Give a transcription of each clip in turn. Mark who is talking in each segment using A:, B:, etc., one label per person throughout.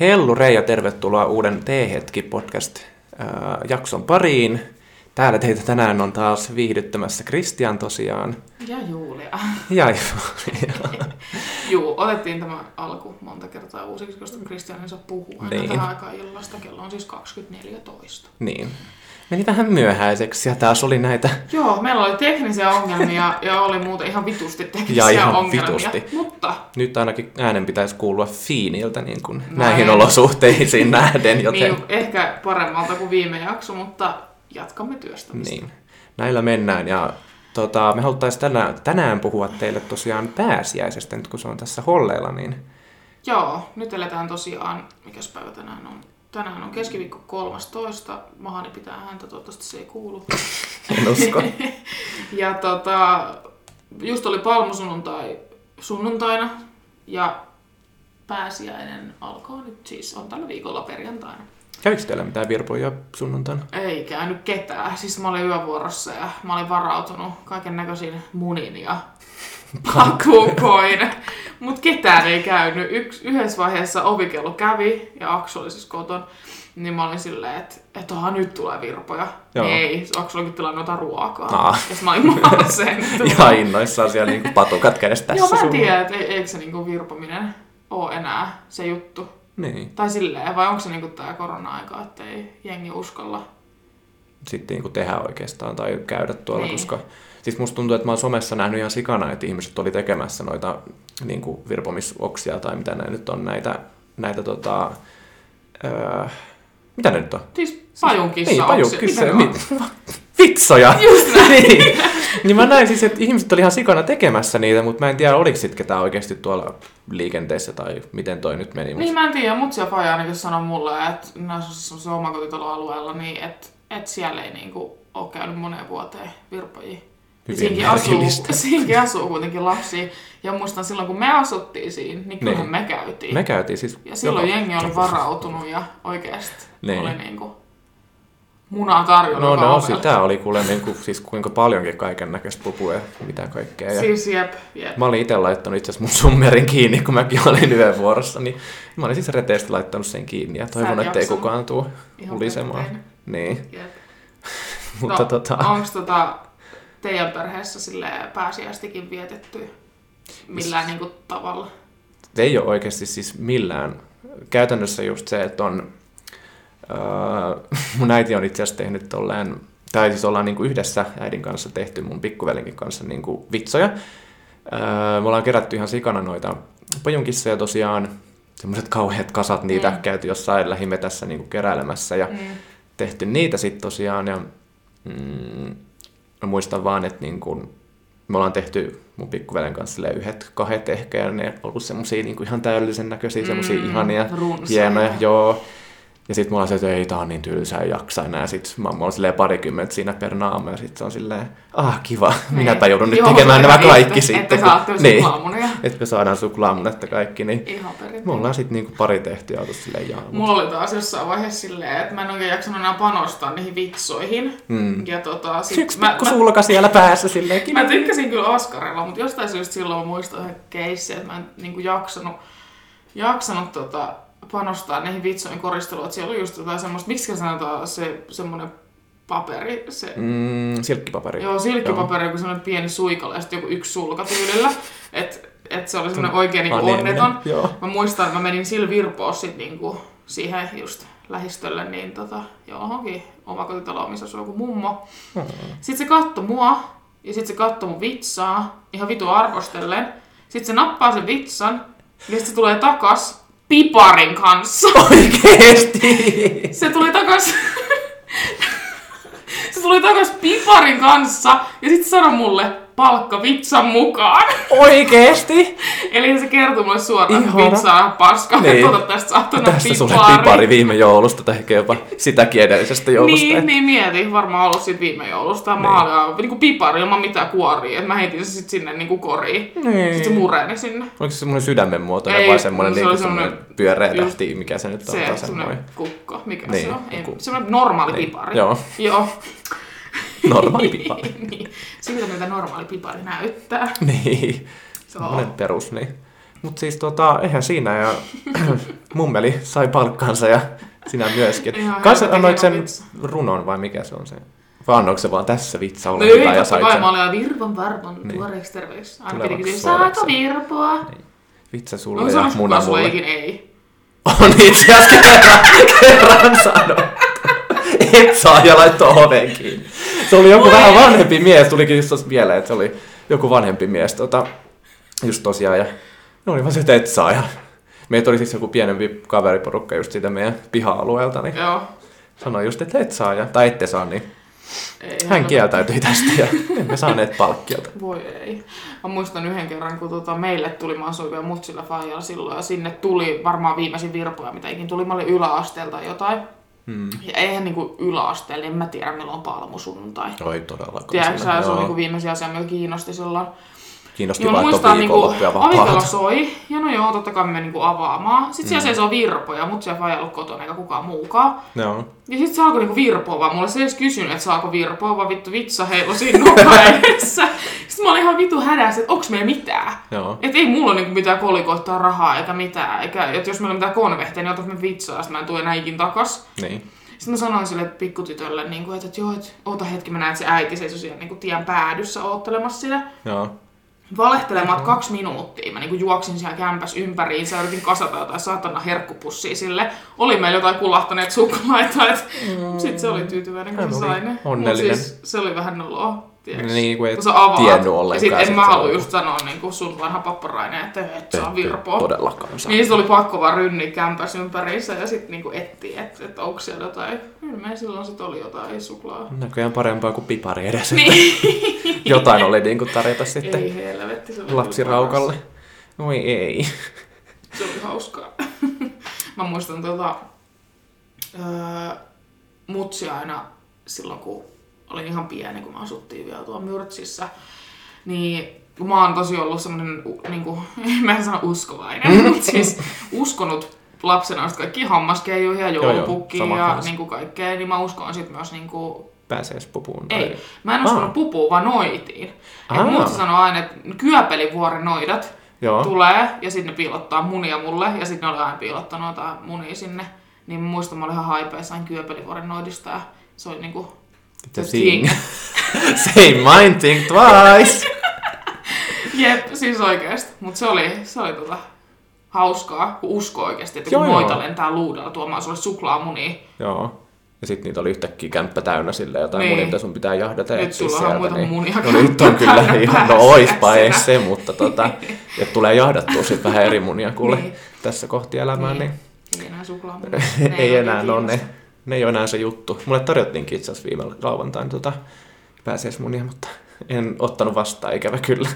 A: Hellurei ja tervetuloa uuden T-hetki podcast jakson pariin. Täällä teitä tänään on taas viihdyttämässä Kristian tosiaan.
B: Ja Julia.
A: Ja Julia.
B: Juu, otettiin tämä alku monta kertaa uusiksi, koska Kristian ei saa puhua niin.
A: Niin.
B: tähän aikaan illasta. Kello on siis 24.14.
A: niin. Meni vähän myöhäiseksi ja taas oli näitä
B: Joo, meillä oli teknisiä ongelmia ja oli muuten ihan vitusti teknisiä
A: Ja ihan
B: ongelmia.
A: vitusti.
B: Mutta
A: nyt ainakin äänen pitäisi kuulua fiiniltä niin kuin näihin olosuhteisiin nähden, joten
B: niin, ehkä paremmalta kuin viime jakso, mutta jatkamme työstämistä.
A: niin. näillä mennään. Ja tota, me haluttaisiin tänään, tänään puhua teille tosiaan pääsiäisestä, nyt kun se on tässä holleilla, niin
B: Joo, nyt eletään tosiaan, mikäs päivä tänään on? Tänään on keskiviikko 13. Mahani pitää häntä, toivottavasti se ei kuulu.
A: en usko.
B: Ja tota, just oli palmusunnuntai sunnuntaina ja pääsiäinen alkaa nyt siis, on tällä viikolla perjantaina.
A: Kävikö teillä mitään virpoja sunnuntaina?
B: Ei käynyt ketään, siis mä olin yövuorossa ja mä olin varautunut kaiken näköisiin munin ja pakukoin. Mut ketään ei käynyt. Yks, yhdessä vaiheessa ovikello kävi ja Aksu oli siis koton. Niin mä olin silleen, että et, aha, nyt tulee virpoja. Niin
A: Joo.
B: Ei, Aksu olikin tilannut jotain ruokaa.
A: Aa.
B: Ja sit mä olin maaseen.
A: Ihan innoissaan siellä niinku patukat kädessä tässä
B: Joo, mä en
A: sun-
B: tiedä, että ei, eikö se niinku virpominen ole enää se juttu.
A: Niin.
B: Tai silleen, vai onko se niinku tää korona-aika, että ei jengi uskalla.
A: Sitten niinku tehdä oikeastaan tai käydä tuolla,
B: Niin.
A: niin. koska... Siis musta tuntuu, että mä oon somessa nähnyt ihan sikana, että ihmiset oli tekemässä noita niinku virpomisoksia tai mitä ne nyt on, näitä, näitä tota... Öö, mitä ne nyt on?
B: Siis pajunkissa
A: Niin,
B: onko
A: paju,
B: se-
A: kissa.
B: mitä ne on?
A: Mit, vitsoja! Just näin. niin. niin mä näin siis, että ihmiset oli ihan sikana tekemässä niitä, mutta mä en tiedä, oliko sit ketään oikeasti tuolla liikenteessä tai miten toi nyt meni. Mut...
B: Niin mä en tiedä, mut siellä Faija ainakin sanoi mulle, että ne asuisi semmoisella omakotitaloalueella, niin että et siellä ei niinku ole käynyt moneen vuoteen virpojia. Ja
A: Hyvin
B: Siinkin asuu,
A: merkillistä.
B: siinkin asuu kuitenkin lapsi. Ja muistan silloin, kun me asuttiin siinä, niin kyllähän me käytiin.
A: Me käytiin siis...
B: Ja silloin
A: joka-
B: jengi oli varautunut ja oikeasti
A: Niin.
B: oli niinku munaa tarjolla.
A: No, no
B: kaupalla.
A: sitä oli kuule niin kuin, siis kuinka paljonkin kaiken näköistä pupua ja mitä kaikkea. Ja
B: Siis jep, jep.
A: Mä olin itse laittanut itse asiassa mun summerin kiinni, kun mäkin olin yövuorossa, niin mä olin siis reteesti laittanut sen kiinni ja
B: Sä
A: toivon,
B: et
A: ettei
B: jaksanut.
A: kukaan tuu
B: Ihan No,
A: ulisemaan.
B: perkeleen.
A: Niin,
B: jep.
A: mutta
B: no,
A: tota...
B: Onko tota teidän perheessä sille pääsiäistäkin vietetty millään niinku tavalla?
A: Se ei ole oikeasti siis millään. Käytännössä just se, että on... Öö, mun äiti on itse asiassa tehnyt tolleen, tai siis ollaan niinku yhdessä äidin kanssa tehty mun pikkuvelinkin kanssa niinku vitsoja. Öö, me ollaan kerätty ihan sikana noita pajunkissoja tosiaan, semmoiset kauheat kasat niitä
B: Mm.
A: mm. käyty jossain lähimetässä niinku keräilemässä ja
B: Mm.
A: tehty niitä sitten tosiaan. Ja, mm, mä muistan vaan, että niin kun, me ollaan tehty mun pikkuvelen kanssa silleen yhdet, kahdet ehkä, ja ne on ollut semmosia niin ihan täydellisen näköisiä, semmosia mm, ihania,
B: runsaita.
A: hienoja, joo. Ja sitten mulla on se, että ei, tää on niin tylsää, ei jaksa enää. Sitten mä oon silleen parikymmentä siinä per naama, ja sitten se on silleen, ah kiva, minäpä joudun nyt
B: Niin. Joo,
A: tekemään nämä
B: että-
A: kaikki
B: että-
A: sitten.
B: Että
A: kun-
B: saatte
A: niin,
B: niin. laamuneja.
A: että me saadaan suklaamunetta kaikki, niin
B: Ihan perin.
A: me ollaan sitten niinku pari tehty ja oltu silleen jaa. mut-
B: Mulla oli taas jossain vaiheessa silleen, että mä en oikein jaksanut enää panostaa niihin vitsoihin.
A: Mm.
B: Ja tota, sit
A: Yksi
B: mä,
A: pikku sulka siellä päässä silleen, kiva.
B: Mä tykkäsin kyllä Askarella, mutta jostain syystä silloin mä muistan yhden keissin, että mä en niin kuin jaksanut, jaksanut tota, panostaa niihin vitsojen koristeluun. Että siellä oli just jotain semmoista, miksi sanotaan se semmoinen paperi, se
A: Mm, silkkipaperi.
B: Joo, silkkipaperi, joku semmoinen pieni suikale ja sitten joku yksi sulka tyylillä. Et, et se oli semmoinen oikein niinku
A: Paneeminen,
B: onneton.
A: joo.
B: Mä muistan, että mä menin sillä virpoa sit niinku siihen just lähistölle, niin tota, johonkin omakotitaloon, missä asui joku mummo.
A: Hmm.
B: Sitten se katsoi mua, ja sitten se katsoi mun vitsaa, ihan vitu arvostellen. Sitten se nappaa sen vitsan, ja sitten se tulee takas piparin kanssa.
A: Oikeesti!
B: Se tuli takas... se tuli takas piparin kanssa ja sitten sanoi mulle palkka vitsan mukaan.
A: Oikeesti!
B: Eli se kertoi mulle suoraan, että
A: Ihana.
B: vitsa on paska,
A: Niin.
B: niin. tuota tästä saatana
A: Tässä sulle pipari viime joulusta, tai ehkä jopa sitäkin edellisestä joulusta.
B: Niin, niin mietin, varmaan ollut siitä viime joulusta. Mä
A: Niin.
B: olin aivan- niinku pipari ilman mitään kuoria. Et mä heitin se sitten sinne niinku koriin.
A: Niin.
B: Sitten se mureni sinne.
A: Oliko se semmoinen sydämen muotoinen
B: Ei,
A: vai semmoinen,
B: se
A: se
B: oli
A: niinku
B: semmoinen-
A: semmoinen pyöreä
B: just-
A: tähti, mikä se nyt on?
B: Se
A: tai
B: semmoinen
A: semmoinen
B: kukko, mikä
A: Niin,
B: se on? Ei,
A: joku-
B: semmoinen normaali
A: Niin.
B: pipari.
A: Joo.
B: Joo.
A: normaali pipari.
B: niin. Siltä mitä normaali pipari näyttää.
A: niin,
B: Joo.
A: semmoinen perus, niin. Mutta siis tota, eihän siinä ja mummeli sai palkkansa ja sinä myöskin.
B: Ihan
A: Kanssa
B: helvetin
A: annoit sen
B: hieno vitsi.
A: runon vai mikä se on se? Vai annoiko se vaan tässä vitsa
B: No
A: olla
B: hyvin,
A: hyvä ja
B: totta
A: sait
B: kai
A: sen?
B: mä olen virvan varman
A: Niin.
B: niin. tuoreeksi terveys. Aina
A: Tulevaksi
B: pidinkin,
A: suoraksi.
B: saako virpoa?
A: Niin. Vitsa
B: Onko
A: sulle
B: se
A: ja
B: ollut
A: muna
B: kukaan sulle
A: mulle.
B: ikinä ei?
A: On itse asiassa kerran, kerran sanottu. Et saa ja laittoi oven kiinni. Se oli joku
B: Voi
A: vähän
B: ei.
A: vanhempi mies, tulikin just tuossa mieleen, että se oli joku vanhempi mies. Tota, just tosiaan, ja no oli vaan se, että et saa. Ja meitä oli siis joku pienempi kaveriporukka just siitä meidän piha-alueelta, niin
B: Joo.
A: sanoi just, että et saa, ja, tai ette saa, niin
B: Ei,
A: hän
B: helvetti.
A: kieltäytyi tästä ja emme saaneet palkkiota.
B: Voi ei. Mä muistan yhden kerran, kun tota meille tuli, mä asuin vielä Mutsilla Fajalla silloin, ja sinne tuli varmaan viimeisin virpoja, mitä ikin tuli. Mä olin yläasteelta jotain.
A: Hmm.
B: Ja eihän niinku yläasteella, en mä tiedä milloin on palmusunnuntai.
A: Oi todellakaan.
B: Tiedätkö
A: siinä,
B: sä, se
A: joo.
B: on niinku viimeisiä asioita, mikä kiinnosti silloin.
A: Kiinnosti
B: Joo, mä
A: vaan, että
B: muistan
A: on
B: niinku,
A: viikonloppuja
B: ovikello
A: vapaata.
B: soi, ja no joo, totta kai me niinku avaamaan. Sitten
A: Mm.
B: siellä seisoo virpoja, mut siellä ei ollut kotona eikä kukaan muukaan.
A: Joo.
B: Ja sit se alkoi niinku virpoa vaan mulle. Se ei edes kysynyt, että saako virpoa, vaan vittu vitsa heilu siinä nokka edessä. Sitten mä olin ihan vittu hädässä, että onks meillä mitään.
A: Joo.
B: Et ei mulla niinku mitään kolikoittaa rahaa eikä mitään. Eikä, et jos meillä on mitään konvehteja, niin otat me vitsaa, ja sit mä en tuu enää ikin takas.
A: Niin.
B: Sitten mä sanoin sille pikkutytölle, niinku, että, että joo, et, oota hetki, mä näen, että se äiti seisoo siellä niinku tien päädyssä oottelemassa sitä.
A: Joo.
B: Valehtelemaat kaksi minuuttia. Mä niinku juoksin siellä kämpäs ympäriin, sä yritin kasata jotain saatana herkkupussia sille. Oli meillä jotain kulahtaneet suklaita, et sit se oli tyytyväinen, kun
A: Mm. Hän
B: se
A: oli
B: sai ne. Mut
A: onnellinen.
B: Siis, se oli vähän noloa, tiiäks.
A: Niin, kun ei
B: sä avaat,
A: tiennyt
B: Ja
A: ollenkaan,
B: sit en
A: sit
B: mä
A: se
B: halua
A: on-
B: just sanoa niinku sun vanha papparainen, että et saa virpoa.
A: Todellakaan saa.
B: Niin sit oli pakko vaan rynni kämpäs ympäriinsä ja sit niinku etsiä, että et onko siellä jotain. Kyllä silloin sit oli jotain suklaa.
A: Näköjään parempaa kuin pipari edes. Niin.
B: Niin,
A: Jotain oli niin kuin tarjota sitten
B: ei helvetti. se oli
A: lapsiraukalle. Oi ei.
B: Se oli hauskaa. Mä muistan tota, öö, mutsi aina silloin, kun olin ihan pieni, kun me asuttiin vielä tuolla Myrtsissä, niin kun mä oon tosi ollut semmoinen, niin kuin, mä en sano uskovainen, mutta siis uskonut lapsena just kaikki hammaskeijuihin ja
A: Joo, joo,
B: joulupukkiin
A: sama
B: ja
A: kanssa.
B: niin kuin kaikkea, niin mä uskon sitten myös niin kuin,
A: Pääsee pupuun. tai-
B: ei, mä en uskonut
A: Aa.
B: pupuun, vaan noitiin.
A: Aa.
B: Et mutsi sanoi aina, että kyöpelivuoren noidat,
A: Ah. Joo.
B: tulee ja sitten ne piilottaa munia mulle ja sitten ne oli aina piilottanut jotain munia sinne. Niin mä muistan, mä olin ihan haipeissaan kyöpelivuoren noidista ja se oli niinku...
A: The thing. Say mine, think twice.
B: Jep, siis oikeesti. Mut se oli, se oli tota hauskaa, kun usko oikeesti, että
A: Joo,
B: kun
A: joo.
B: noita lentää luudalla tuomaan sulle suklaamunia,
A: Joo. Ja sitten niitä oli yhtäkkiä kämppä täynnä sille jotain
B: Niin.
A: niin. mitä sun pitää jahdata. ja
B: Nyt
A: etsiä
B: sulla on
A: sieltä,
B: muita munia
A: No nyt on
B: kämppä
A: kyllä
B: täynnä,
A: ihan, no
B: päästä
A: oispa ei
B: sitä.
A: se, mutta tota, et tulee jahdattua sitten vähän eri munia kuule
B: Niin.
A: tässä kohti elämää, niin,
B: Niin. ei enää suklaamunia.
A: niin.
B: Ne
A: ei
B: ole
A: enää
B: niin
A: ole ne,
B: kiinnostavia.
A: ne ei ole enää se juttu. Mulle tarjottiinkin itse asiassa viime lauantaina tota, pääsiäismunia, mutta en ottanut vastaan, ikävä kyllä.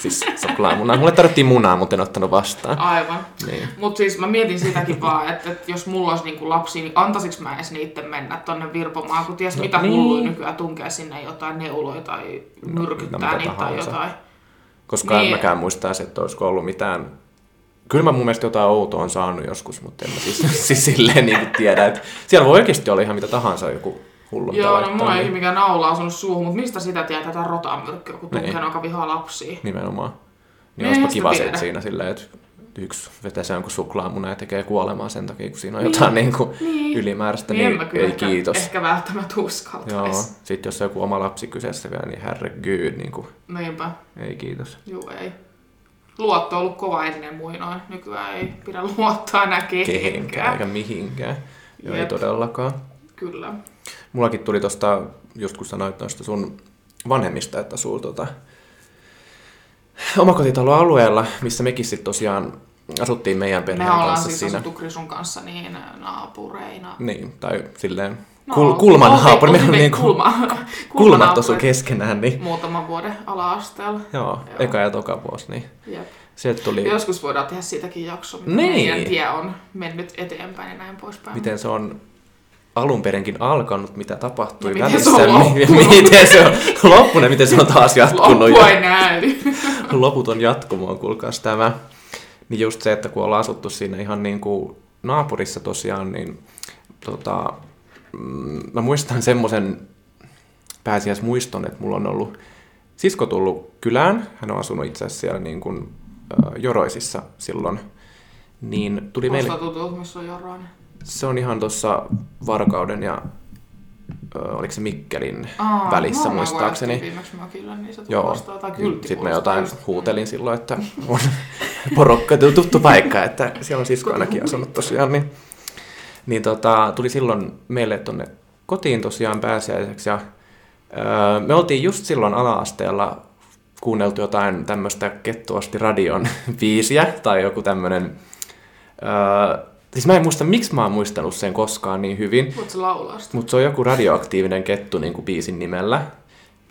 A: siis suklaamunaa. Mulle tarjottiin munaa, mutta en ottanut vastaan.
B: Aivan.
A: Niin.
B: Mutta siis mä mietin sitäkin vaan, että, että jos mulla olisi niinku lapsi, niin antaisinko mä edes niitten mennä tonne virpomaan, kun ties
A: No
B: no, mitä
A: niin.
B: niin. hulluja nykyään tunkee sinne jotain neuloja tai myrkyttää
A: mitä
B: no, niitä tai
A: tahansa.
B: jotain.
A: Koska niin. en
B: Niin.
A: mäkään muistaa, että olisiko ollut mitään... Kyllä mä mun mielestä jotain outoa on saanut joskus, mutta en mä siis, siis silleen niin tiedä. Että siellä voi oikeasti olla ihan mitä tahansa joku hullu. mitä
B: Joo, no
A: laittaa,
B: mulla ei
A: niin-
B: mikään naula asunut suuhun, mutta mistä sitä tietää tätä rotamyrkkyä, kun tunkee
A: Niin.
B: noin vihaa lapsia.
A: Nimenomaan. Niin
B: Ei
A: olisipa
B: sitä
A: kiva se,
B: tiedä.
A: että siinä silleen, että yksi vetää se jonkun suklaamuna ja tekee kuolemaa sen takia, kun siinä on jotain niin. kuin
B: Niin.
A: ylimääräistä,
B: Niin en
A: niin,
B: mä kyllä
A: ei
B: ehkä,
A: kiitos.
B: ehkä välttämättä
A: Joo.
B: uskaltaisi.
A: Sitten jos on joku oma lapsi kyseessä vielä, niin herregud, niin kuin,
B: Niinpä,
A: ei kiitos.
B: juu ei. Luotto on ollut kova ennen muinoin. Nykyään ei pidä luottaa enää
A: Kehenkään
B: kehenkään.
A: eikä mihinkään. Joo, ei
B: Jep.
A: todellakaan.
B: Kyllä.
A: Mullakin tuli tosta, just kun sanoit noista sun vanhemmista, että sulla tota, omakotitaloalueella, missä mekin sitten tosiaan asuttiin meidän
B: Me
A: perheen
B: ollaan
A: kanssa
B: siis
A: siinä.
B: asuttu Krisun kanssa niin naapureina.
A: Niin, tai silleen
B: No,
A: kul-
B: oltiin-
A: kulman
B: oltiin-
A: haapuri. Meillä
B: oltiin
A: oli niinku
B: kulma,
A: kulmat osu
B: kulmanaapurit
A: keskenään, niin
B: Muutaman vuoden ala-asteella.
A: joo, joo, eka ja toka vuosi, niin
B: Jep.
A: sieltä tuli,
B: Ja Joskus voidaan tehdä siitäkin jakso, miten
A: Niin.
B: meidän tie on mennyt eteenpäin ja näin poispäin.
A: miten se on alun perinkin alkanut, mitä tapahtui
B: Ja miten
A: välissä,
B: se on
A: mi-
B: loppunut.
A: miten se on loppunut, ja miten se on taas jatkunut. ja-
B: Loppua ei näy.
A: loputon jatkumoon, kuulkaas tämä. Niin just se, että kun ollaan asuttu siinä ihan niin kuin naapurissa tosiaan, niin tota, mm, mä muistan semmoisen pääsiäismuiston, että mulla on ollut sisko tullut kylään. Hän on asunut itse asiassa siellä niin kuin ö, Joroisissa silloin, niin tuli meille...
B: Kuulostaa tutulta, missä on Jorainen.
A: Se on ihan tuossa Varkauden ja ö, oliko se Mikkelin
B: Aa, no
A: välissä
B: varmaan
A: muistaakseni.
B: kun ajettiin viimeksi mökillä, niin se
A: Joo.
B: Joo. vastaan tai kyltti
A: Sitten mä
B: kuulostaa
A: jotain
B: just- Mm.
A: huutelin silloin, että on porokka tuttu paikka, että siellä on sisko ainakin asunut tosiaan. Niin, niin tota, tuli silloin meille tuonne kotiin tosiaan pääsiäiseksi. Ja, öö, me oltiin just silloin ala-asteella kuunneltu jotain tämmöistä kettuasti radion biisiä tai joku tämmöinen... Öö, siis mä en muista, miksi mä oon muistanut sen koskaan niin hyvin.
B: Voit sä laulaa sitä?
A: Mutta se on joku radioaktiivinen kettu niin kuin biisin nimellä.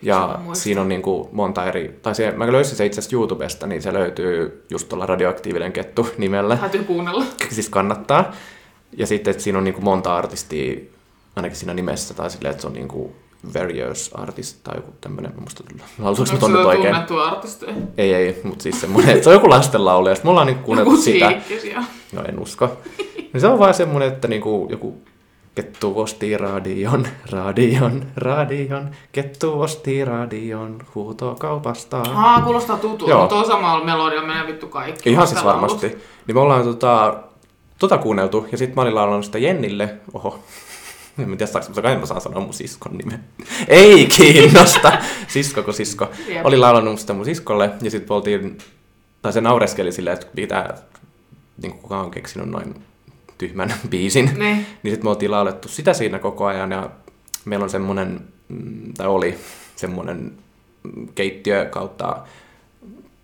A: Ja
B: Mä muistan.
A: siinä on niin kuin monta eri... Tai se, mä löysin se itse asiassa YouTubesta, niin se löytyy just tuolla radioaktiivinen kettu nimellä.
B: Täytyy kuunnella.
A: Siis kannattaa. Ja sitten, että siinä on niin kuin monta artistia, ainakin siinä nimessä, tai silleen, että se on niin kuin various artist tai joku tämmöinen. Musta lausuisi
B: Onko
A: no, nyt
B: se
A: oikein.
B: tunnettu artisteja?
A: Ei, ei, mutta siis semmoinen, se on joku lastenlaulaja. Sitten me ollaan niin kuunneltu sitä.
B: siikkisiä.
A: No en usko. No se on vaan semmoinen, että niinku joku kettu osti radion, radion, radion, kettu osti radion, huutoo kaupasta.
B: Aa, kuulostaa tutulta.
A: Joo.
B: Joo. Tuo samalla melodia menee vittu kaikki.
A: Ihan
B: Sitä
A: siis
B: laulut.
A: varmasti. Niin me ollaan tota, tota kuunneltu, ja sitten mä olin laulanut sitä Jennille. Oho, en mä tiedä saaks, mutta kai mä saan sanoa mun siskon nimen. Ei kiinnosta! sisko kun sisko.
B: Jep.
A: Oli laulanut sitä mun siskolle, ja sitten oltiin, tai se naureskeli silleen, että pitää, niin kuka on keksinyt noin tyhmän biisin.
B: Niin.
A: Niin sitten me oltiin laulettu sitä siinä koko ajan ja meillä on semmoinen, mm, tai oli semmoinen mm, keittiö kautta,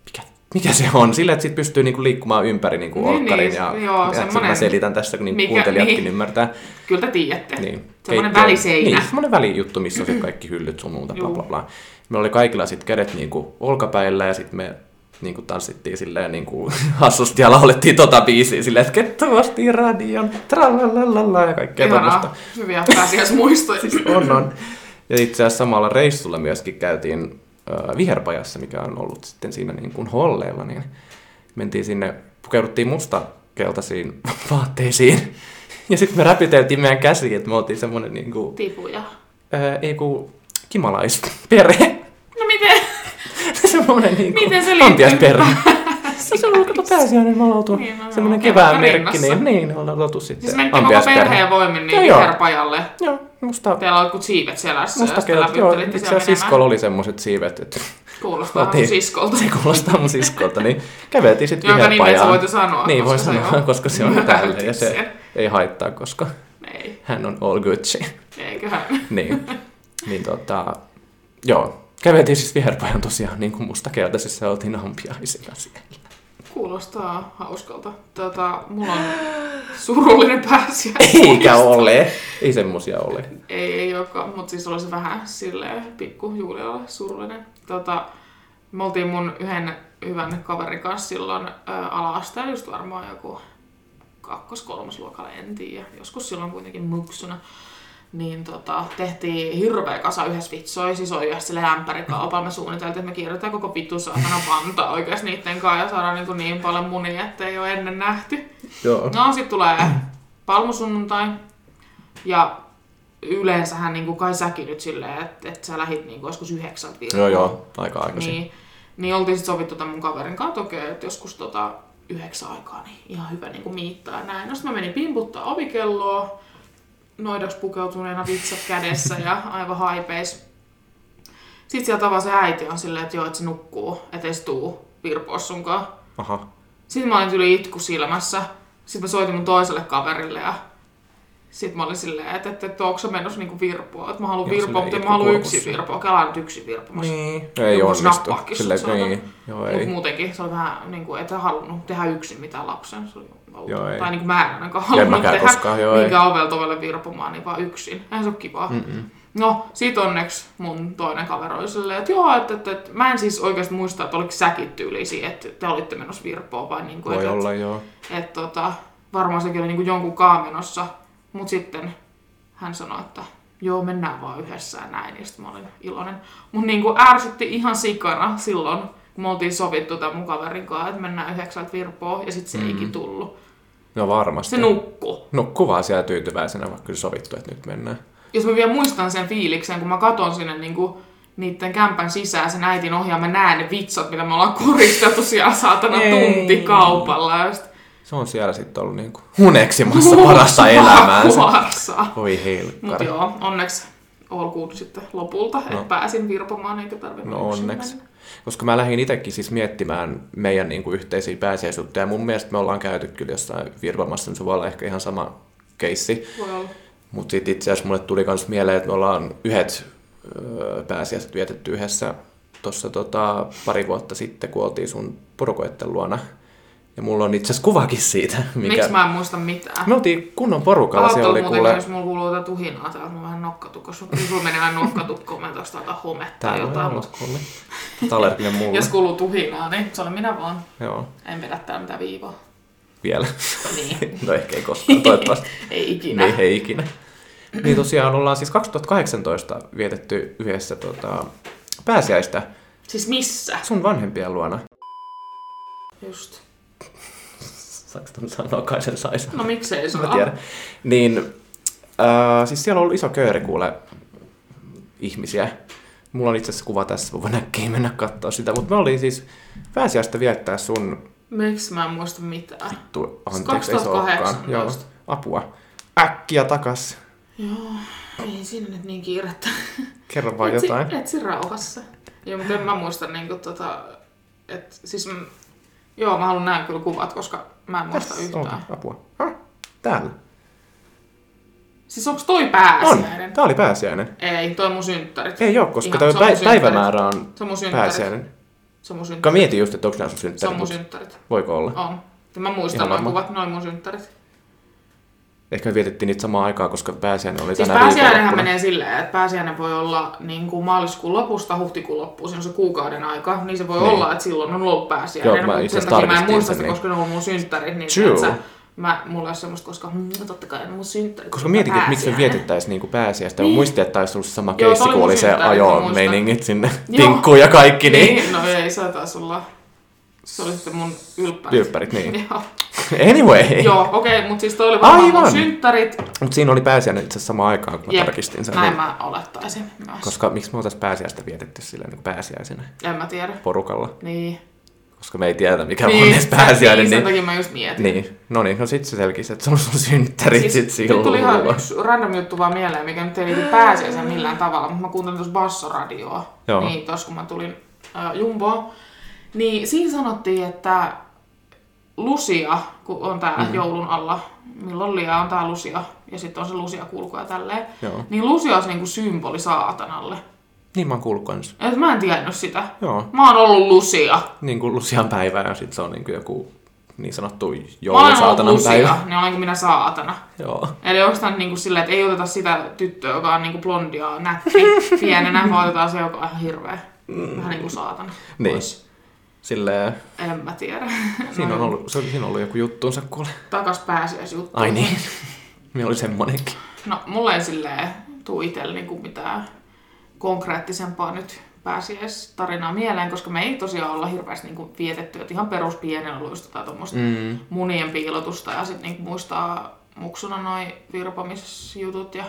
A: mikä, mikä se on, sillä että sit pystyy niinku liikkumaan ympäri niinku
B: Niin,
A: olkkarin.
B: niin,
A: ja,
B: joo,
A: ja sen mä
B: semmonen-
A: selitän tässä, kun niinku
B: mikä-
A: kuuntelijatkin
B: niin.
A: ymmärtää.
B: Kyllä te tiedätte.
A: Niin,
B: Semmoinen
A: keittiö-
B: väliseinä.
A: Niin, semmoinen välijuttu, missä on sit kaikki hyllyt sun muuta, bla
B: Juu.
A: bla bla. Meillä oli kaikilla sit kädet niinku olkapäillä ja sitten me niinku tanssittiin silleen niinku hassusti ja laulettiin tota biisiä silleen, että kettuvasti radion, tralalala ja kaikkea tämmöistä.
B: Ihanaa. Hyviä pääsiäismuistoja.
A: On, on. Ja itse asiassa samalla reissulla myöskin käytiin ö, viherpajassa, mikä on ollut sitten siinä niin kuin holleilla, niin mentiin sinne, pukeuduttiin musta keltaisiin vaatteisiin. Ja sitten me räpyteltiin meidän käsiä, että me oltiin semmoinen niin kuin,
B: Tipuja.
A: ää, Öö, ei kun kimalaisperhe.
B: No miten?
A: semmoinen niin kuin
B: Miten se liittyy
A: perhe. se on ollut kato pääsiäinen, me ollaan oltu
B: Niin, no, no,
A: semmoinen
B: kerran
A: kevään merkki, niin,
B: rinnassa.
A: niin ollaan oltu sitten
B: Siis mentiin koko perheen voimin niin
A: Joo, joo.
B: viherpajalle.
A: Joo, musta
B: Teillä on jotkut siivet selässä.
A: Musta
B: kello.
A: kello, joo, itse asiassa Niin. siskolla oli semmoiset siivet, että
B: Kuulostaa
A: Otin.
B: vähän siskolta.
A: se kuulostaa mun siskolta, niin käveltiin sitten
B: Jonka nimen sä
A: viherpajaan.
B: voit jo sanoa.
A: niin, voi
B: koska se
A: sanoa,
B: on-
A: koska se on täällä ja se
B: Sen.
A: ei haittaa, koska
B: Ei,
A: hän on all Gucci.
B: eiköhän.
A: niin, niin tota, joo. Käveltiin siis viherpajan tosiaan niin kuin mustakeltaisissa oltiin ampiaisina siellä.
B: Kuulostaa hauskalta. Tota, mulla on surullinen pääsiäinen.
A: Eikä ole. Ei semmosia ole.
B: Ei, ei olekaan, mutta siis oli se vähän silleen pikku Julialle surullinen. Tota, me oltiin mun yhden hyvän kaverin kanssa silloin ö, ala-asteella, just varmaan joku kakkos-kolmasluokalla, en tiedä. Joskus silloin kuitenkin muksuna. Niin tota, tehtiin hirveä kasa yhdessä vitsoi, siis oli yhdessä sille ämpärikaupalla. Me suunniteltiin, että me kierretään koko vitu saatana pantaa oikeasti niiden kanssa ja saadaan niin, niin paljon munia, että ei ole ennen nähty.
A: Joo.
B: No sit tulee palmusunnuntai. Ja yleensähän niin kai säkin nyt silleen, että, että sä lähit niin joskus yhdeksältä
A: Joo,
B: virkoon.
A: joo. Aika aikaisin.
B: Niin, niin oltiin sitten sovittu tämän mun kaverin kanssa, että okei, että joskus tota yhdeksän aikaa, niin ihan hyvä niin miittaa ja näin. No sit mä menin pimputtaa ovikelloa, noidaksi pukeutuneena vitsat kädessä ja aivan haipeis. Sitten sieltä avaa se äiti on silleen, että joo, että se nukkuu, ettei se tuu virpoa sunkaan.
A: Aha.
B: Sitten mä olin tyyli itku silmässä. Sitten mä soitin mun toiselle kaverille ja sitten mä olin silleen, että, että, että onko se menossa niinku virpoa. Että mä haluan
A: Joo,
B: virpoa,
A: silleen
B: mutta en mä
A: itku
B: haluan
A: kurkussa.
B: yksin virpoa. Kela nyt yksin virpomassa.
A: Niin. Ei
B: Joku
A: onnistu.
B: snappaakin sut
A: Sille,
B: sieltä.
A: niin. Joo,
B: Mut
A: ei.
B: muutenkin se oli vähän niin kuin, että halunnut tehdä yksin mitään lapsen. Se oli outo.
A: Joo, ei.
B: tai niin kuin mä en ainakaan
A: Ja en
B: halunnut
A: mäkään
B: tehdä
A: koskaan, joo, ei.
B: minkään ovelta ovelle virpomaan, niin vaan yksin. Eihän se ole kivaa.
A: Mm-mm.
B: No, sit onneksi mun toinen kaveri oli silleen, että joo, että, että, että mä en siis oikeasti muista, että oliko säkin tyyli siihen, että te olitte menossa virpoa vai niin kuin,
A: Voi
B: että,
A: olla, joo.
B: että tota, varmaan sekin oli niinku jonkun kaamenossa, mutta sitten hän sanoi, että joo, mennään vaan yhdessä ja näin, ja sitten mä olin iloinen. Mut niinku ärsytti ihan sikana silloin, kun me oltiin sovittu tämän mun kaverin kanssa, että mennään yhdeksältä virpoa, ja sitten se mm. eikin tullut.
A: No varmasti.
B: Se nukkuu.
A: nukkuu vaan siellä tyytyväisenä, vaikka se sovittu, että nyt mennään.
B: Jos mä vielä muistan sen fiiliksen, kun mä katon sinne niinku niiden kämpän sisään sen äitin ohjaa, mä näen ne vitsat, mitä me ollaan koristeltu siellä saatana
A: Ei.
B: tuntikaupalla. Ja sit,
A: Se on siellä sitten ollut niinku huneksimassa parasta
B: Kuorsaa,
A: elämäänsä.
B: kuorsaa.
A: Voi
B: Mut
A: helkkari.
B: joo, onneksi all good sitten lopulta, no.
A: No.
B: että pääsin virpomaan eikä tarvinnut
A: No
B: yksin
A: onneksi.
B: mennä.
A: Koska mä lähdin itsekin siis miettimään meidän niin kuin, yhteisiä pääsiäisjuttuja. Mun mielestä me ollaan käyty kyllä jossain virvamassa, niin se voi olla ehkä ihan sama keissi.
B: Voi olla.
A: Mutta sitten itse asiassa mulle tuli myös mieleen, että me ollaan yhdet öö, pääsiäiset vietetty yhdessä tuossa tota, pari vuotta sitten, kun oltiin sun porukoitten luona. Ja mulla on itse asiassa kuvakin siitä. Mikä...
B: Miksi mä en muista mitään?
A: Me oltiin kunnon porukalla, siellä
B: Aattelu
A: oli
B: muuten,
A: kuule...
B: kuule... jos mulla kuuluu jotain tuhinaa, täällä on vähän nokkatukko. Jos mulla menee aina nokkatukkoon, mä tuosta otan hometta tai
A: Täällä on
B: jotain. Mutta
A: kuule. Tää on allerginen mulle.
B: jos kuuluu tuhinaa, niin se olen minä vaan.
A: Joo,
B: En vedä täällä mitään viivaa.
A: vielä.
B: Niin.
A: No ehkä ei koskaan, toivottavasti.
B: Ei ikinä.
A: Niin, ei ikinä. Niin tosiaan ollaan siis 2018 vietetty yhdessä tota, pääsiäistä
B: Siis missä?
A: sun vanhempien luona.
B: Just.
A: Saanko tämän sanoa, kai sen sais.
B: No miksei saa?
A: Mä tiedän. Niin, äh, siis siellä on ollut iso kööri kuule ihmisiä. Mulla on itse asiassa kuva tässä, mä voin äkkiä mennä katsoa sitä. Mutta me olin siis pääsiäistä viettää sun
B: Miksi mä en muista mitään?
A: vittu, anteeksi, ei se olekaan.
B: 2018.
A: Joo, apua. Äkkiä takas.
B: Joo, ei siinä nyt niin kiirettä.
A: Kerro vaan
B: Etsi-
A: jotain.
B: Etsi rauhassa. Joo, mutta en mä muista niinku tota... Et, siis, m- joo, mä haluan nähdä kyllä kuvat, koska mä en muista
A: Tässä
B: yhtään.
A: onkin, apua. Häh? Täällä.
B: Siis onks toi
A: On.
B: pääsiäinen?
A: Tää oli pääsiäinen.
B: Ei, toi on mun synttärit.
A: Ei ole, koska
B: Ihan,
A: tämä
B: se on mun
A: pä-
B: synttärit.
A: päivämäärä on
B: Se on mun synttärit.
A: pääsiäinen.
B: Se on mun
A: Mä
B: synttärit.
A: mietin just, että onko nämä sun
B: Se on
A: synttärit,
B: mun
A: mutta
B: synttärit.
A: voiko olla?
B: On. Ja mä muistan
A: Ihan
B: noin
A: varma.
B: kuvat, noin mun synttärit.
A: Ehkä me vietettiin niitä samaan aikaan, koska pääsiäinen oli
B: Siis
A: tänä
B: pääsiäinenhän
A: viikonloppuna.
B: menee silleen, että pääsiäinen voi olla niin kuin maaliskuun lopusta huhtikuun loppuun, siinä on se kuukauden aika, niin se voi
A: Niin.
B: olla, että silloin on ollut pääsiäinen,
A: Joo, mä
B: mutta
A: itse
B: sen
A: asiassa
B: takia mä en
A: tarkistin
B: muista
A: sen,
B: sitä,
A: niin.
B: koska ne on mun synttärit, niin
A: True.
B: tiedätkö, mä, mulla ei ole semmoista, koska "Mm, totta kai ne on mun synttärit.
A: Koska mietin, että miksi me
B: pääsiäinen."
A: vietettäisiin niinku pääsiäistä. Niin.
B: Niin.
A: Muistin, että taisi ollut sama
B: Joo,
A: keissi,
B: toi oli
A: kun oli
B: mun
A: se
B: synttärit, mä muistan.
A: ajo-meiningit sinne,
B: Joo.
A: tinkku ja kaikki, niin,
B: Niin, no ei, se taas olla. Se oli sitten mun ylppärit.
A: ylppärit, niin.
B: Joo.
A: anyway.
B: Joo, okei, okay, mutta siis toi oli varmaan
A: Aivan.
B: mun synttärit.
A: Mutta siinä oli pääsiäinen itse asiassa samaan aikaan, kun mä
B: Jep,
A: tarkistin sen.
B: Näin
A: Niin.
B: mä olettaisin myös.
A: Koska miksi me oltaisiin pääsiäistä vietetty sillä niin pääsiäisenä
B: En mä tiedä.
A: porukalla?
B: Niin.
A: Koska me ei tiedä, mikä niin, on edes pääsiäinen.
B: niin, sen
A: Niin,
B: takia mä just mietin.
A: niin. No niin, no sit se selkisi, että se on sun synttärit siis, sit
B: nyt
A: silloin.
B: tuli ihan yksi random juttu vaan mieleen, mikä nyt ei liity pääsiäiseen millään tavalla, mutta mä kuuntelin tuossa bassoradioa,
A: Joo.
B: niin tuossa kun mä tulin äh, Jumboon, niin siinä sanottiin, että Lusia, kun on tää
A: Mm-hmm.
B: mm. joulun alla, milloin liian on tää Lusia, ja sitten on se Lusia kulku ja tälleen,
A: Joo.
B: niin Lusia olisi niinku symboli saatanalle.
A: Niin mä oon kuullut kans.
B: Et mä en tiennyt sitä.
A: Joo,
B: Mä oon ollut Lusia.
A: niin kuin Lusian päivää ja sit se on niin kuin joku niin sanottu
B: Mä olen ollut
A: joulusaatanan
B: Lusia,
A: päivä.
B: niin olenko minä saatana.
A: Joo.
B: Eli onko tämä niinku silleen, että ei oteta sitä tyttöä, joka on niinku blondia nätti pienenä, vaan otetaan se, joka on ihan hirveä. Vähän niinku saatana.
A: Mm. Niin.
B: Pois.
A: Silleen,
B: En mä tiedä. No,
A: siinä on ollut, se, siinä on ollut joku juttuunsa kuule.
B: Takas pääsiäisjuttu.
A: Ai niin. Meillä oli semmonenkin.
B: No, mulla ei silleen tuu itsellä niinku mitään konkreettisempaa nyt pääsiäistarinaa mieleen, koska me ei tosiaan olla hirveästi niinku vietetty, että ihan peruspienellä ollut just jotain tuommoista
A: Mm.
B: munien piilotusta ja sitten niinku muistaa muksuna noin virpomisjutut ja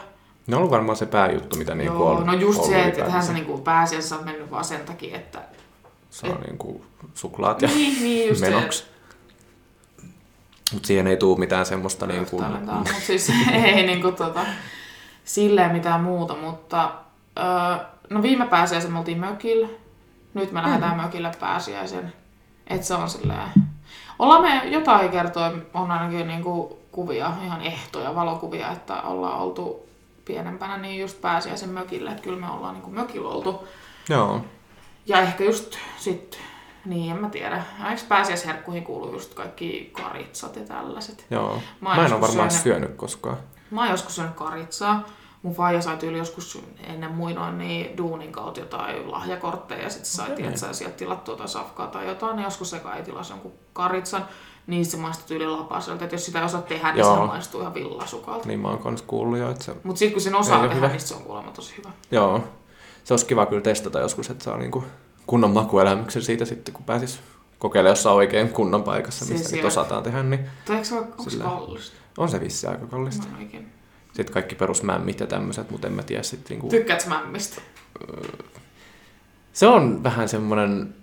A: Ne on ollut varmaan se pääjuttu, mitä niin kuin
B: Joo,
A: on
B: no just
A: ollut
B: se, että
A: ylipäätänsä.
B: tähän se niinku pääasiassa on mennyt vaan sen takia, että...
A: Saa niin kuin suklaat ja
B: Niin, niin just
A: menoksi.
B: se.
A: Mutta siihen ei tuu mitään semmoista niin kuin...
B: Mutta siis ei niinku tota, silleen mitään muuta, mutta... Öö, no viime pääsiäisen me oltiin mökillä. Nyt me lähdetään
A: Mm.
B: mökille pääsiäisen. Et se on silleen... Ollaan me jotain kertoa, on ainakin niinku kuvia, ihan ehtoja, valokuvia, että ollaan oltu pienempänä niin just pääsiäisen mökille. Että kyllä me ollaan niinku mökillä oltu.
A: Joo.
B: Ja ehkä just sit, niin en mä tiedä. Eikö pääsiäisherkkuihin kuuluu just kaikki karitsat ja tällaiset?
A: Joo.
B: Mä
A: Mä
B: oon
A: en ole
B: joskus
A: varmaan
B: syönyt-
A: syönyt koskaan.
B: Mä oon joskus syönyt karitsaa. Mun faija sai tyyli joskus ennen muinoin niin duunin kautta jotain lahjakortteja ja sitten sai
A: Okei.
B: okay. tietsä, sieltä tilattua jotain safkaa tai jotain. Ja joskus se kai tilasi jonkun karitsan, niin se maistui tyyli lapaselta. Että jos sitä ei osaa tehdä, niin
A: Joo.
B: se maistuu ihan villasukalta. Niin.
A: Niin mä oon kans kuullut jo, että se...
B: Mutta sitten kun sen
A: Ei
B: osaa
A: ole
B: tehdä,
A: hyvä.
B: niin se on kuulemma tosi hyvä.
A: Joo. Se olisi kiva kyllä testata joskus, että saa niinku kunnon makuelämyksen siitä sitten, kun pääsis kokeilemaan jossain oikein kunnon paikassa,
B: Siis
A: mistä nyt
B: jep.
A: osataan tehdä, niin
B: Tai eikö se ole, onko se
A: Sillä-
B: kallista?
A: on se vissi aika kallista.
B: Mä en oikein.
A: Sitten kaikki perusmämmit ja tämmöiset, mutta en mä tiedä sitten niinku...
B: Tykkäätkö mämmistä?
A: Se on vähän semmoinen,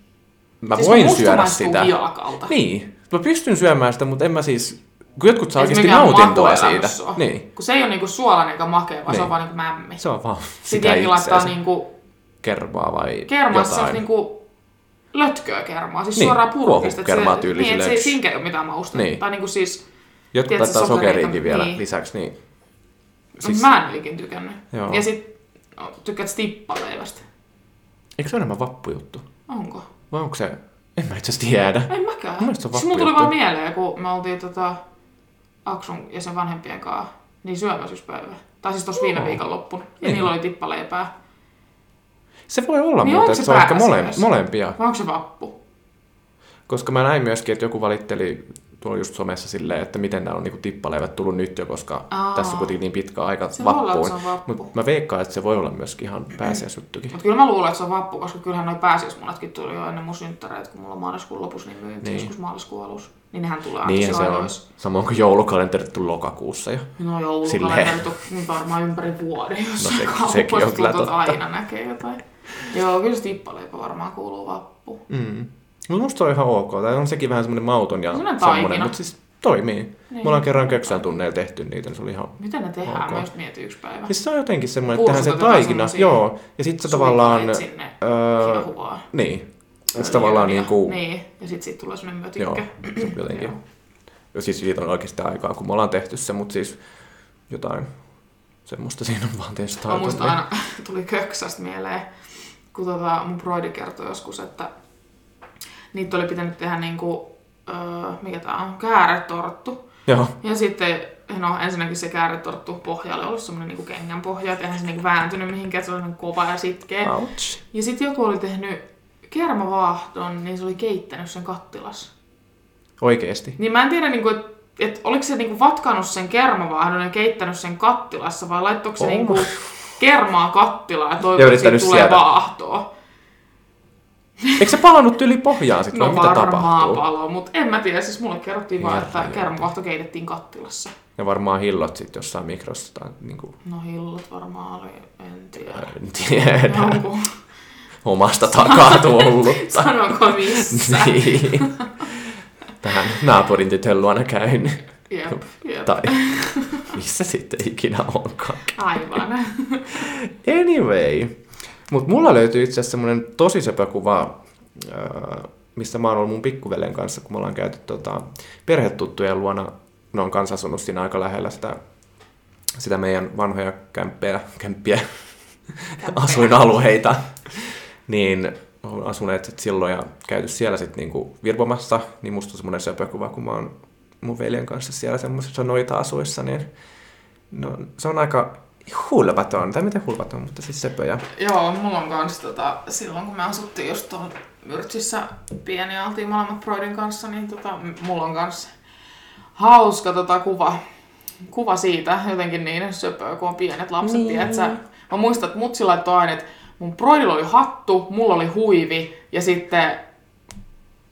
A: mä siis voin syödä sitä.
B: Viakalta.
A: Niin, mä pystyn syömään sitä, mutta en mä siis, kun jotkut saa
B: Ei se
A: oikeasti
B: mikään
A: nautintoa siitä.
B: makuelämys oo.
A: Niin,
B: Kun se ei ole niinku suolainen eikä makea, vaan se on
A: Niin.
B: vaan niinku mämmi.
A: se on vaan sitä
B: Sitten jengi laittaa
A: itseänsä.
B: niinku
A: Kermaa vai
B: kermassa
A: jotain.
B: jotain. niinku lötköä kermaa, siis
A: Niin,
B: niin, suoraan purkista. et se-
A: kuohukermaa tyylisi
B: Niin, et se ei
A: lötsi.
B: siinä ole mitään mausta.
A: Niin.
B: Niin. Tai niinku siis,
A: Jotkut
B: tiedätkö,
A: laittaa
B: sokereita,
A: sokeriinkin vielä
B: niin.
A: lisäksi, niin Siis-
B: siis... mä en olikin tykännyt.
A: Joo.
B: Joo. Ja sit no, tykkäät stippaleivästä.
A: eikö se ole enemmän vappujuttu?
B: Onko?
A: Vai onko se? En mä itse asiassa tiedä.
B: En mäkään.
A: Mun mielestä se on
B: siis mun tuli
A: vappujuttu.
B: vaan mieleen, kun me oltiin tota, Aksun ja sen vanhempien kanssa niin syömässä yksi päivä. Tai siis tuossa viime
A: Joo.
B: viikonloppuna. Ja
A: Niin.
B: niillä oli tippaleipää.
A: Se voi olla
B: Niin
A: muuten,
B: onko
A: että
B: se
A: se on ehkä mole,
B: pääasiassa?
A: molempia.
B: Vai onko se vappu?
A: Koska mä näin myöskin, että joku valitteli tuolla just somessa silleen, että miten nämä on niinku tippaleivät tullut nyt jo, koska Aa.
B: Aa.
A: tässä on kuitenkin niin pitkä aika
B: Se voi olla,
A: vappuun.
B: että se on vappu.
A: Mutta mä veikkaan, että se voi olla myöskin ihan pääsiäisjuttukin.
B: Mutta kyllä mä luulen, että se on vappu, koska kyllähän noi pääsiäismunatkin tuli jo ennen mun synttäreitä, kun mulla on maaliskuun lopussa, niin myynti
A: Niin.
B: niin. joskus maaliskuun alussa. Niin nehän tulee aina
A: Niin se on.
B: ajoissa.
A: Samoin kuin joulukalenteri tuli lokakuussa jo.
B: No
A: Silleen.
B: joulukalenterit on niin varmaan ympäri vuoden, jos
A: No se-
B: no, se,
A: sekin on
B: kaupoissa
A: kyllä
B: tuntuu, että
A: totta.
B: aina näkee jotain. Joo, kyllä se tippaleipä varmaan kuuluu vappu.
A: Mm. Mutta musta se on ihan ok. Tai on sekin vähän semmoinen mauton ja
B: Semmoinen
A: semmoinen,
B: taikina.
A: mutta siis toimii. Niin.
B: Niin.
A: Mulla on kerran köksän tunneilla tehty niitä, niin se oli ihan...
B: Miten ne tehdään?
A: Ok.
B: Mä just mietin yksi päivä.
A: Siis se on jotenkin semmoinen, että tehdään se
B: Pursutetaan
A: taikina.
B: semmosia
A: Joo, ja sit se tavallaan...
B: Sulikoneet sinne
A: Öö,
B: kiehuvaa.
A: niin. Se tavallaan
B: Öljyä.
A: niin kuin...
B: Niin, ja sit siitä tulee semmonen myötikkä.
A: Joo, se on jotenkin.
B: Joo.
A: Ja siis siitä on oikeasti aikaa, kun me ollaan tehty se, mutta siis jotain semmoista siinä on vaan tietysti
B: Mä
A: taito,
B: muistan
A: niin.
B: aina, tuli köksästä mieleen, kun tota mun broidi kertoi joskus, että niitä oli pitänyt tehdä niinku, öö, mikä tää on, kääretorttu.
A: Joo,
B: Ja sitten, no ensinnäkin se kääretorttu pohja oli ollut semmonen niinku kengän pohja, että eihän se niinku vääntynyt mihinkään, se oli niin kova ja sitkeä.
A: ouch.
B: Ja sitten joku oli tehnyt kermavaahdon, niin se oli keittänyt sen kattilassa.
A: Oikeesti.
B: Niin mä en tiedä, niinku, että et, oliko se niinku vatkanut sen kermavaahdon ja keittänyt sen kattilassa vai laittoiko se
A: Oh.
B: niinku kermaa kattilaan ja
A: Ja
B: toivoi, että siitä
A: yrittänyt
B: tulee
A: sieltä.
B: vaahtoa.
A: Eikö se palannut yli pohjaan sitten, vai
B: No
A: mitä
B: varmaan
A: tapahtuu?
B: palo, mutta en mä tiedä. Siis mulle kerrottiin vaan, että
A: Herranjestas.
B: kermavaahto keitettiin kattilassa.
A: Ja varmaan hillot sitten jossain mikrossa tai niin kuin,
B: No hillut varmaan oli, en tiedä.
A: en tiedä,
B: Joku,
A: omasta takaa tullutta.
B: sanonko missä?
A: niin. Tähän naapurin tytön luona käynyt.
B: Jep, jep.
A: Tai missä sitten ikinä onkaan.
B: Aivan.
A: Anyway, mutta mulla löytyy itse asiassa semmoinen tosi söpö kuva, äh, missä mä oon ollut mun pikkuvelen kanssa, kun me ollaan käyty tota, perhetuttujen luona. Ne on kanssa asunut siinä aika lähellä sitä, sitä meidän vanhoja kämppejä, kämppiä, asuinalueita. Niin on asuneet sit silloin ja käyty siellä sitten niinku virpomassa, niin musta on semmoinen söpö kuva, kun mä oon mun veljen kanssa siellä semmoisessa noita-asuissa, niin no, se on aika hulvaton, tai miten hulvaton, mutta siis söpöjä.
B: Joo, mulla on kans tota, silloin kun me asuttiin just tuolla Myrtsissä pieni ja oltiin molemmat Broidin kanssa, niin tota, m- mulla on kans hauska tota, kuva, kuva siitä, jotenkin niin söpöä, kun on pienet lapset,
A: Niin.
B: niin. tiedätkö? Mä muistan, että mutsi laittoi aina, että mun Broidilla oli hattu, mulla oli huivi ja sitten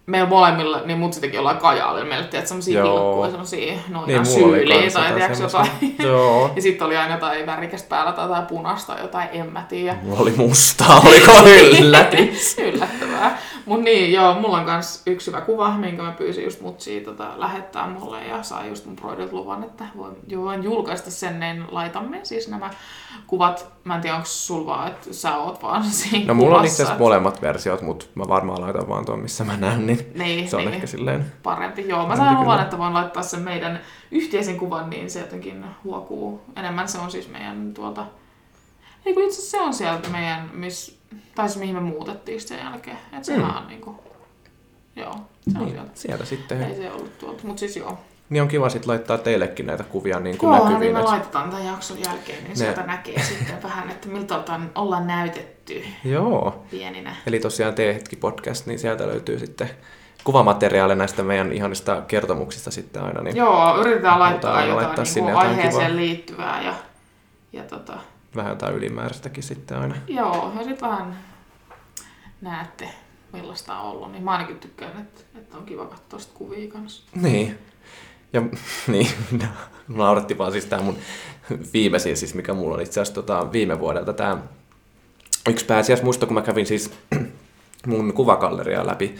B: meillä molemmilla, niin mutsi teki jollain kajaalilla, meillä tiedät semmosia
A: Joo.
B: vilkkuja, semmosia noita
A: Niin,
B: niin,
A: mulla oli
B: syyliä
A: kans
B: tai
A: jotain
B: tiedätkö jotain.
A: semmosia. Joo.
B: ja sitten oli aina jotain värikästä päällä tai jotain punaista, jotain en mä tiedä.
A: Mulla oli mustaa, oliko ylläti?
B: Siis Yllättävää. Mut niin, joo, mulla on kans yksi hyvä kuva, minkä mä pyysin just mutsia tota, lähettää mulle ja sai just mun broidilta luvan, että voin, joo, voin julkaista sen, niin laitamme siis nämä kuvat. Mä en tiedä, onko sulla vaan, että sä oot vaan siinä
A: No mulla on itse
B: kuvassa,
A: asiassa molemmat versiot, mutta mä varmaan laitan vaan tuon, missä mä näen, niin
B: Niin,
A: se on
B: niin.
A: ehkä silleen...
B: parempi. Joo, mä
A: Parempi
B: sain luvan,
A: kyllä.
B: että voin laittaa sen meidän yhteisen kuvan, niin se jotenkin huokuu. Enemmän se on siis meidän tuolta... Ei kun itse asiassa se on sieltä meidän, miss, tai siis mihin me muutettiin sen jälkeen. Että se
A: Mm.
B: on niinku... Joo, se on
A: Niin,
B: sieltä.
A: sieltä
B: Ei
A: sitten.
B: se ollut tuolta, mut siis joo.
A: Niin on kiva sitten laittaa teillekin näitä kuvia niin kuin
B: Joo, niin
A: näkyviin.
B: me
A: et-
B: laitetaan tämän jakson jälkeen, niin sieltä näkee sitten vähän, että miltä ollaan, ollaan näytetty
A: Joo.
B: pieninä.
A: Eli tosiaan Tee hetki podcast, niin sieltä löytyy sitten kuvamateriaalia näistä meidän ihanista kertomuksista sitten aina. Niin
B: Joo, yritetään laittaa
A: aina
B: jotain
A: laittaa
B: laittaa
A: sinne
B: niinku
A: jotain
B: aiheeseen
A: kivaa.
B: liittyvää ja, ja tota,
A: vähän jotain ylimääräistäkin sitten aina.
B: Joo, ja sitten vähän näette, millaista on ollut. Niin mä ainakin tykkään, että, että on kiva katsoa sitä kuvia kanssa.
A: Niin. Ja niin, nauratti vaan siis tää mun viimeisin, siis mikä mulla on itse asiassa tota, viime vuodelta tää yksi pääsiäismuisto, kun mä kävin siis mun kuvakalleria läpi,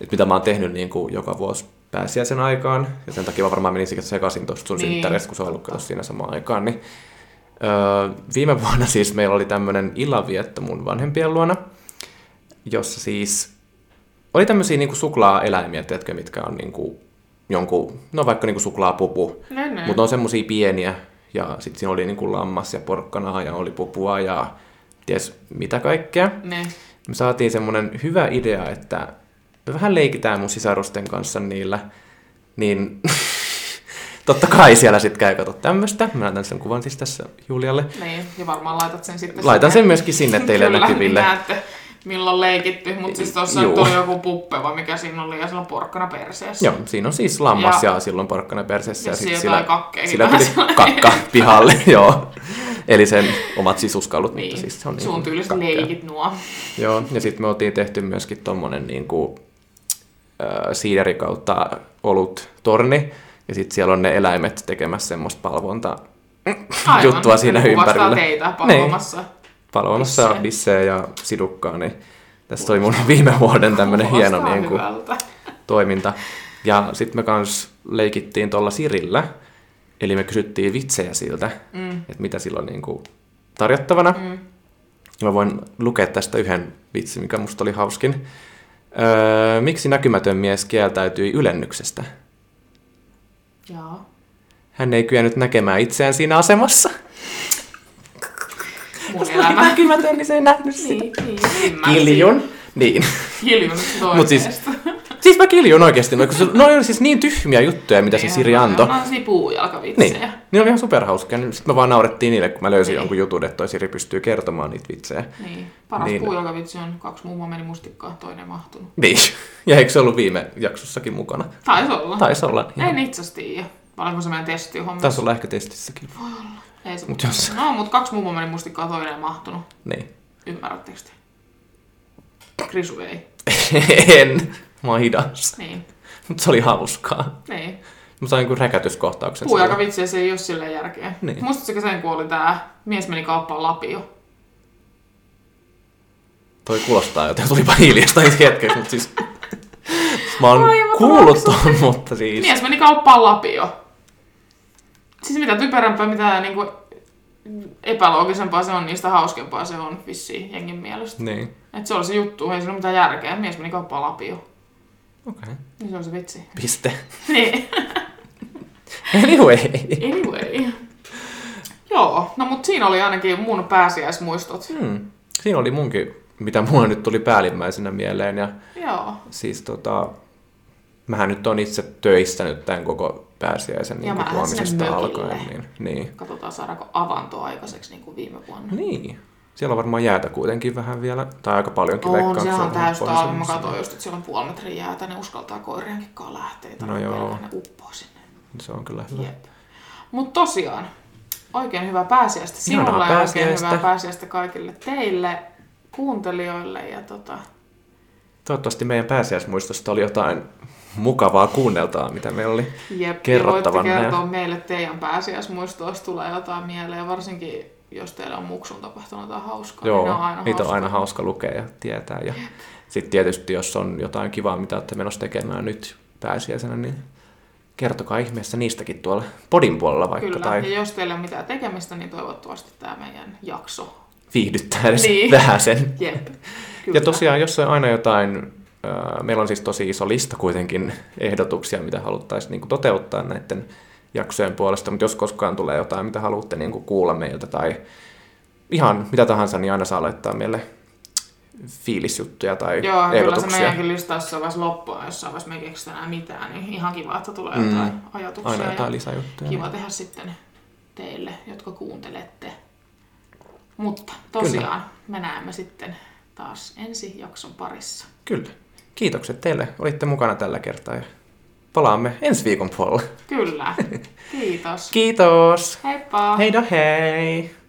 A: että mitä mä oon tehnyt niin kuin joka vuosi pääsiäisen aikaan, ja sen takia mä varmaan menin sekaisin tuosta sun
B: Niin.
A: niin. synttärestä, kun sä ollut kato siinä samaan aikaan, niin öö, viime vuonna siis meillä oli tämmöinen illanvietto mun vanhempien luona, jossa siis oli tämmöisiä niinku suklaaeläimiä, tiedätkö, mitkä on niinku jonkun, no vaikka niinku suklaapupu,
B: Ne, ne.
A: mutta on semmosia pieniä, ja sitten siinä oli niinku lammas ja porkkanaa ja oli pupua ja ties mitä kaikkea.
B: Ne.
A: Me saatiin semmoinen hyvä idea, että me vähän leikitään mun sisarusten kanssa niillä, niin totta kai siellä sitten käy kato tämmöistä. Mä näytän sen kuvan siis tässä Julialle.
B: Niin, ja varmaan laitat sen sitten
A: Laitan
B: sinne.
A: sen myöskin sinne teille
B: Kyllä,
A: näkyville.
B: niin näette, milloin leikitty. Mutta siis tuossa
A: Juu.
B: nyt oli joku puppe, vai mikä siinä oli, ja sillä on porkkana perseessä.
A: Joo, siinä on siis lammas
B: Ja-
A: ja, ja silloin porkkana perseessä.
B: Ja
A: Ja, sit
B: jotain
A: sillä,
B: kakkeakin
A: sillä
B: vähän
A: tuli
B: sellainen.
A: kakka pihalle, joo. Eli sen omat sisuskalut,
B: Niin,
A: mutta siis se on
B: sun
A: niinku
B: tyyliset
A: kakkea.
B: leikit nuo.
A: Joo, ja sitten me oltiin tehty myöskin tommonen niin kuin, äh, siideri kautta olut torni, ja sitten siellä on ne eläimet tekemässä semmoista palvonta
B: Aivan,
A: juttua siinä
B: ne kuvastaa
A: ympärillä. Niin.
B: teitä palomassa.
A: Palvomassa
B: Bissejä.
A: bissejä ja sidukkaa, niin tässä oli mun viime vuoden tämmönen hieno
B: Kuvastaa
A: niin kuin,
B: hyvältä.
A: toiminta. Ja sitten me kans leikittiin tuolla Sirillä, eli me kysyttiin vitsejä siltä,
B: Mm.
A: että mitä sillä on niin kuin, tarjottavana.
B: Mm.
A: Ja Mä voin lukea tästä yhden vitsin, mikä musta oli hauskin. Öö, miksi näkymätön mies kieltäytyi ylennyksestä?
B: Jaa.
A: Hän ei kyennyt näkemään itseään siinä asemassa.
B: Mun
A: Hän oli
B: elämä.
A: näkymätön, niin se ei nähnyt sitä.
B: Niin, niin, ymmärsin.
A: Kiljun. Niin.
B: Kiljun
A: Mut siis-
B: toiveesta.
A: Siis mä kiljun oikeasti. No, kun se- no ne oli siis niin tyhmiä juttuja, mitä se
B: Niin,
A: Siri
B: ne on-
A: antoi.
B: Ne on sellaisia
A: Niin.
B: puujalkavitsejä.
A: Niin oli ihan superhauskaa. Sitten me vaan naurettiin niille, kun mä löysin
B: Niin.
A: jonkun jutun, että toi Siri pystyy kertomaan niitä vitsejä.
B: Niin. Paras
A: Niin.
B: puujalkavitsi on kaksi mummoa meni mustikkaan, toinen mahtunut.
A: Niin. Ja eikö se ollut viime jaksossakin mukana?
B: Taisi olla.
A: Taisi olla. Niin.
B: Joo. En itse asiassa tiedä. Paljonko se meidän testi on
A: Taisi olla ehkä testissäkin.
B: Ei se.
A: Mut jos...
B: No, mutta kaksi mummoa meni mustikkaan, toinen ei mahtunut.
A: Niin.
B: Ymmärrättekö te? Krisu ei.
A: en. Mä oon hidas.
B: Niin.
A: Mutta se oli hauskaa.
B: Niin.
A: Mä sain kuin räkätyskohtauksen.
B: Puujalka
A: silloin.
B: vitsiä se ei ole silleen järkeä.
A: Niin.
B: Muistatko sen, kun oli tää mies meni kauppaan Lapio?
A: Toi kuulostaa joten tulipa hiljasta ensi hetkeksi, mutta siis... Mä oon
B: Aivan
A: kuullut ton, mutta siis...
B: Mies Niin, meni kauppaan Lapio. Siis mitä typerämpää, mitä niinku epäloogisempaa se on, niistä hauskempaa se on vissiin jengin mielestä.
A: Niin.
B: Et se oli se juttu, ei siinä ole mitään järkeä. Mies meni kauppaan Lapio.
A: Okei. Okay.
B: Niin se on se vitsi.
A: Piste.
B: Niin.
A: Anyway.
B: Anyway. Joo, no mut siinä oli ainakin mun pääsiäismuistot.
A: Hmm. Siinä oli munkin, mitä mulla nyt tuli päällimmäisenä mieleen. Ja
B: Joo.
A: siis tota... Mähän nyt on itse töissä nyt tämän koko pääsiäisen niin
B: mä
A: kuin
B: lähden sinne
A: huomisesta
B: mökille.
A: alkaen. Niin, niin.
B: Katsotaan saadaanko avanto aikaiseksi niin kuin viime vuonna.
A: niin. Siellä on varmaan jäätä kuitenkin vähän vielä, tai aika paljonkin
B: On,
A: veikkaan,
B: siellä on
A: kun se
B: täys
A: huono
B: talvi. Mä
A: semmoisena.
B: katsoin just, että siellä on puoli metriä jäätä, ne uskaltaa koirienkin kanssa lähteä. Ei
A: No
B: tarvitse
A: joo.
B: pelätä, Ne uppoo sinne.
A: Se on kyllä hyvä.
B: Jep. Mut tosiaan, oikein hyvä pääsiäistä
A: Ihanaa
B: sinulle ja oikein
A: pääsiäistä.
B: hyvää pääsiäistä kaikille teille, kuuntelijoille ja tota...
A: Toivottavasti meidän pääsiäismuistosta oli jotain mukavaa kuunneltaa, mitä meillä oli.
B: Jep, ja voitte
A: Kerrottavana ja-
B: kertoa meille teidän pääsiäismuistoa, jos tulee jotain mieleen, varsinkin jos teillä on muksun tapahtunut jotain hauskaa. niin ne
A: Joo,
B: on aina
A: niitä on
B: hauskaa.
A: aina hauska lukea ja tietää. Ja sitten tietysti, jos on jotain kivaa, mitä olette menossa tekemään nyt pääsiäisenä, niin kertokaa ihmeessä niistäkin tuolla podin puolella vaikka,
B: Kyllä,
A: Kyllä. tai
B: ja jos teillä on mitään tekemistä, niin toivottavasti tämä meidän jakso.
A: viihdyttää edes
B: Niin.
A: niin. vähän sen.
B: Jep, kyllä.
A: Ja tosiaan, jos on aina jotain, äh, meillä on siis tosi iso lista kuitenkin ehdotuksia, mitä haluttaisiin niin toteuttaa näiden jaksojen puolesta, mutta jos koskaan tulee jotain, mitä haluatte niin kuulla meiltä tai ihan mitä tahansa, niin aina saa laittaa meille fiilisjuttuja tai
B: Joo, kyllä se
A: ehdotuksia.
B: meidänkin lista jossain vaiheessa loppuu, ja jossain vaiheessa me ei keksitä enää mitään, niin ihan kiva, että tulee
A: Mm.
B: jotain ajatuksia.
A: aina jotain
B: ja
A: lisäjuttuja. niin.
B: kiva tehdä sitten teille, jotka kuuntelette. Mutta tosiaan me näemme sitten taas ensi jakson parissa.
A: Kyllä. Kiitokset teille, olitte mukana tällä kertaa ja palaamme ensi viikon puolella.
B: Kyllä, kiitos.
A: Kiitos!
B: Heippa!
A: Hei da hei!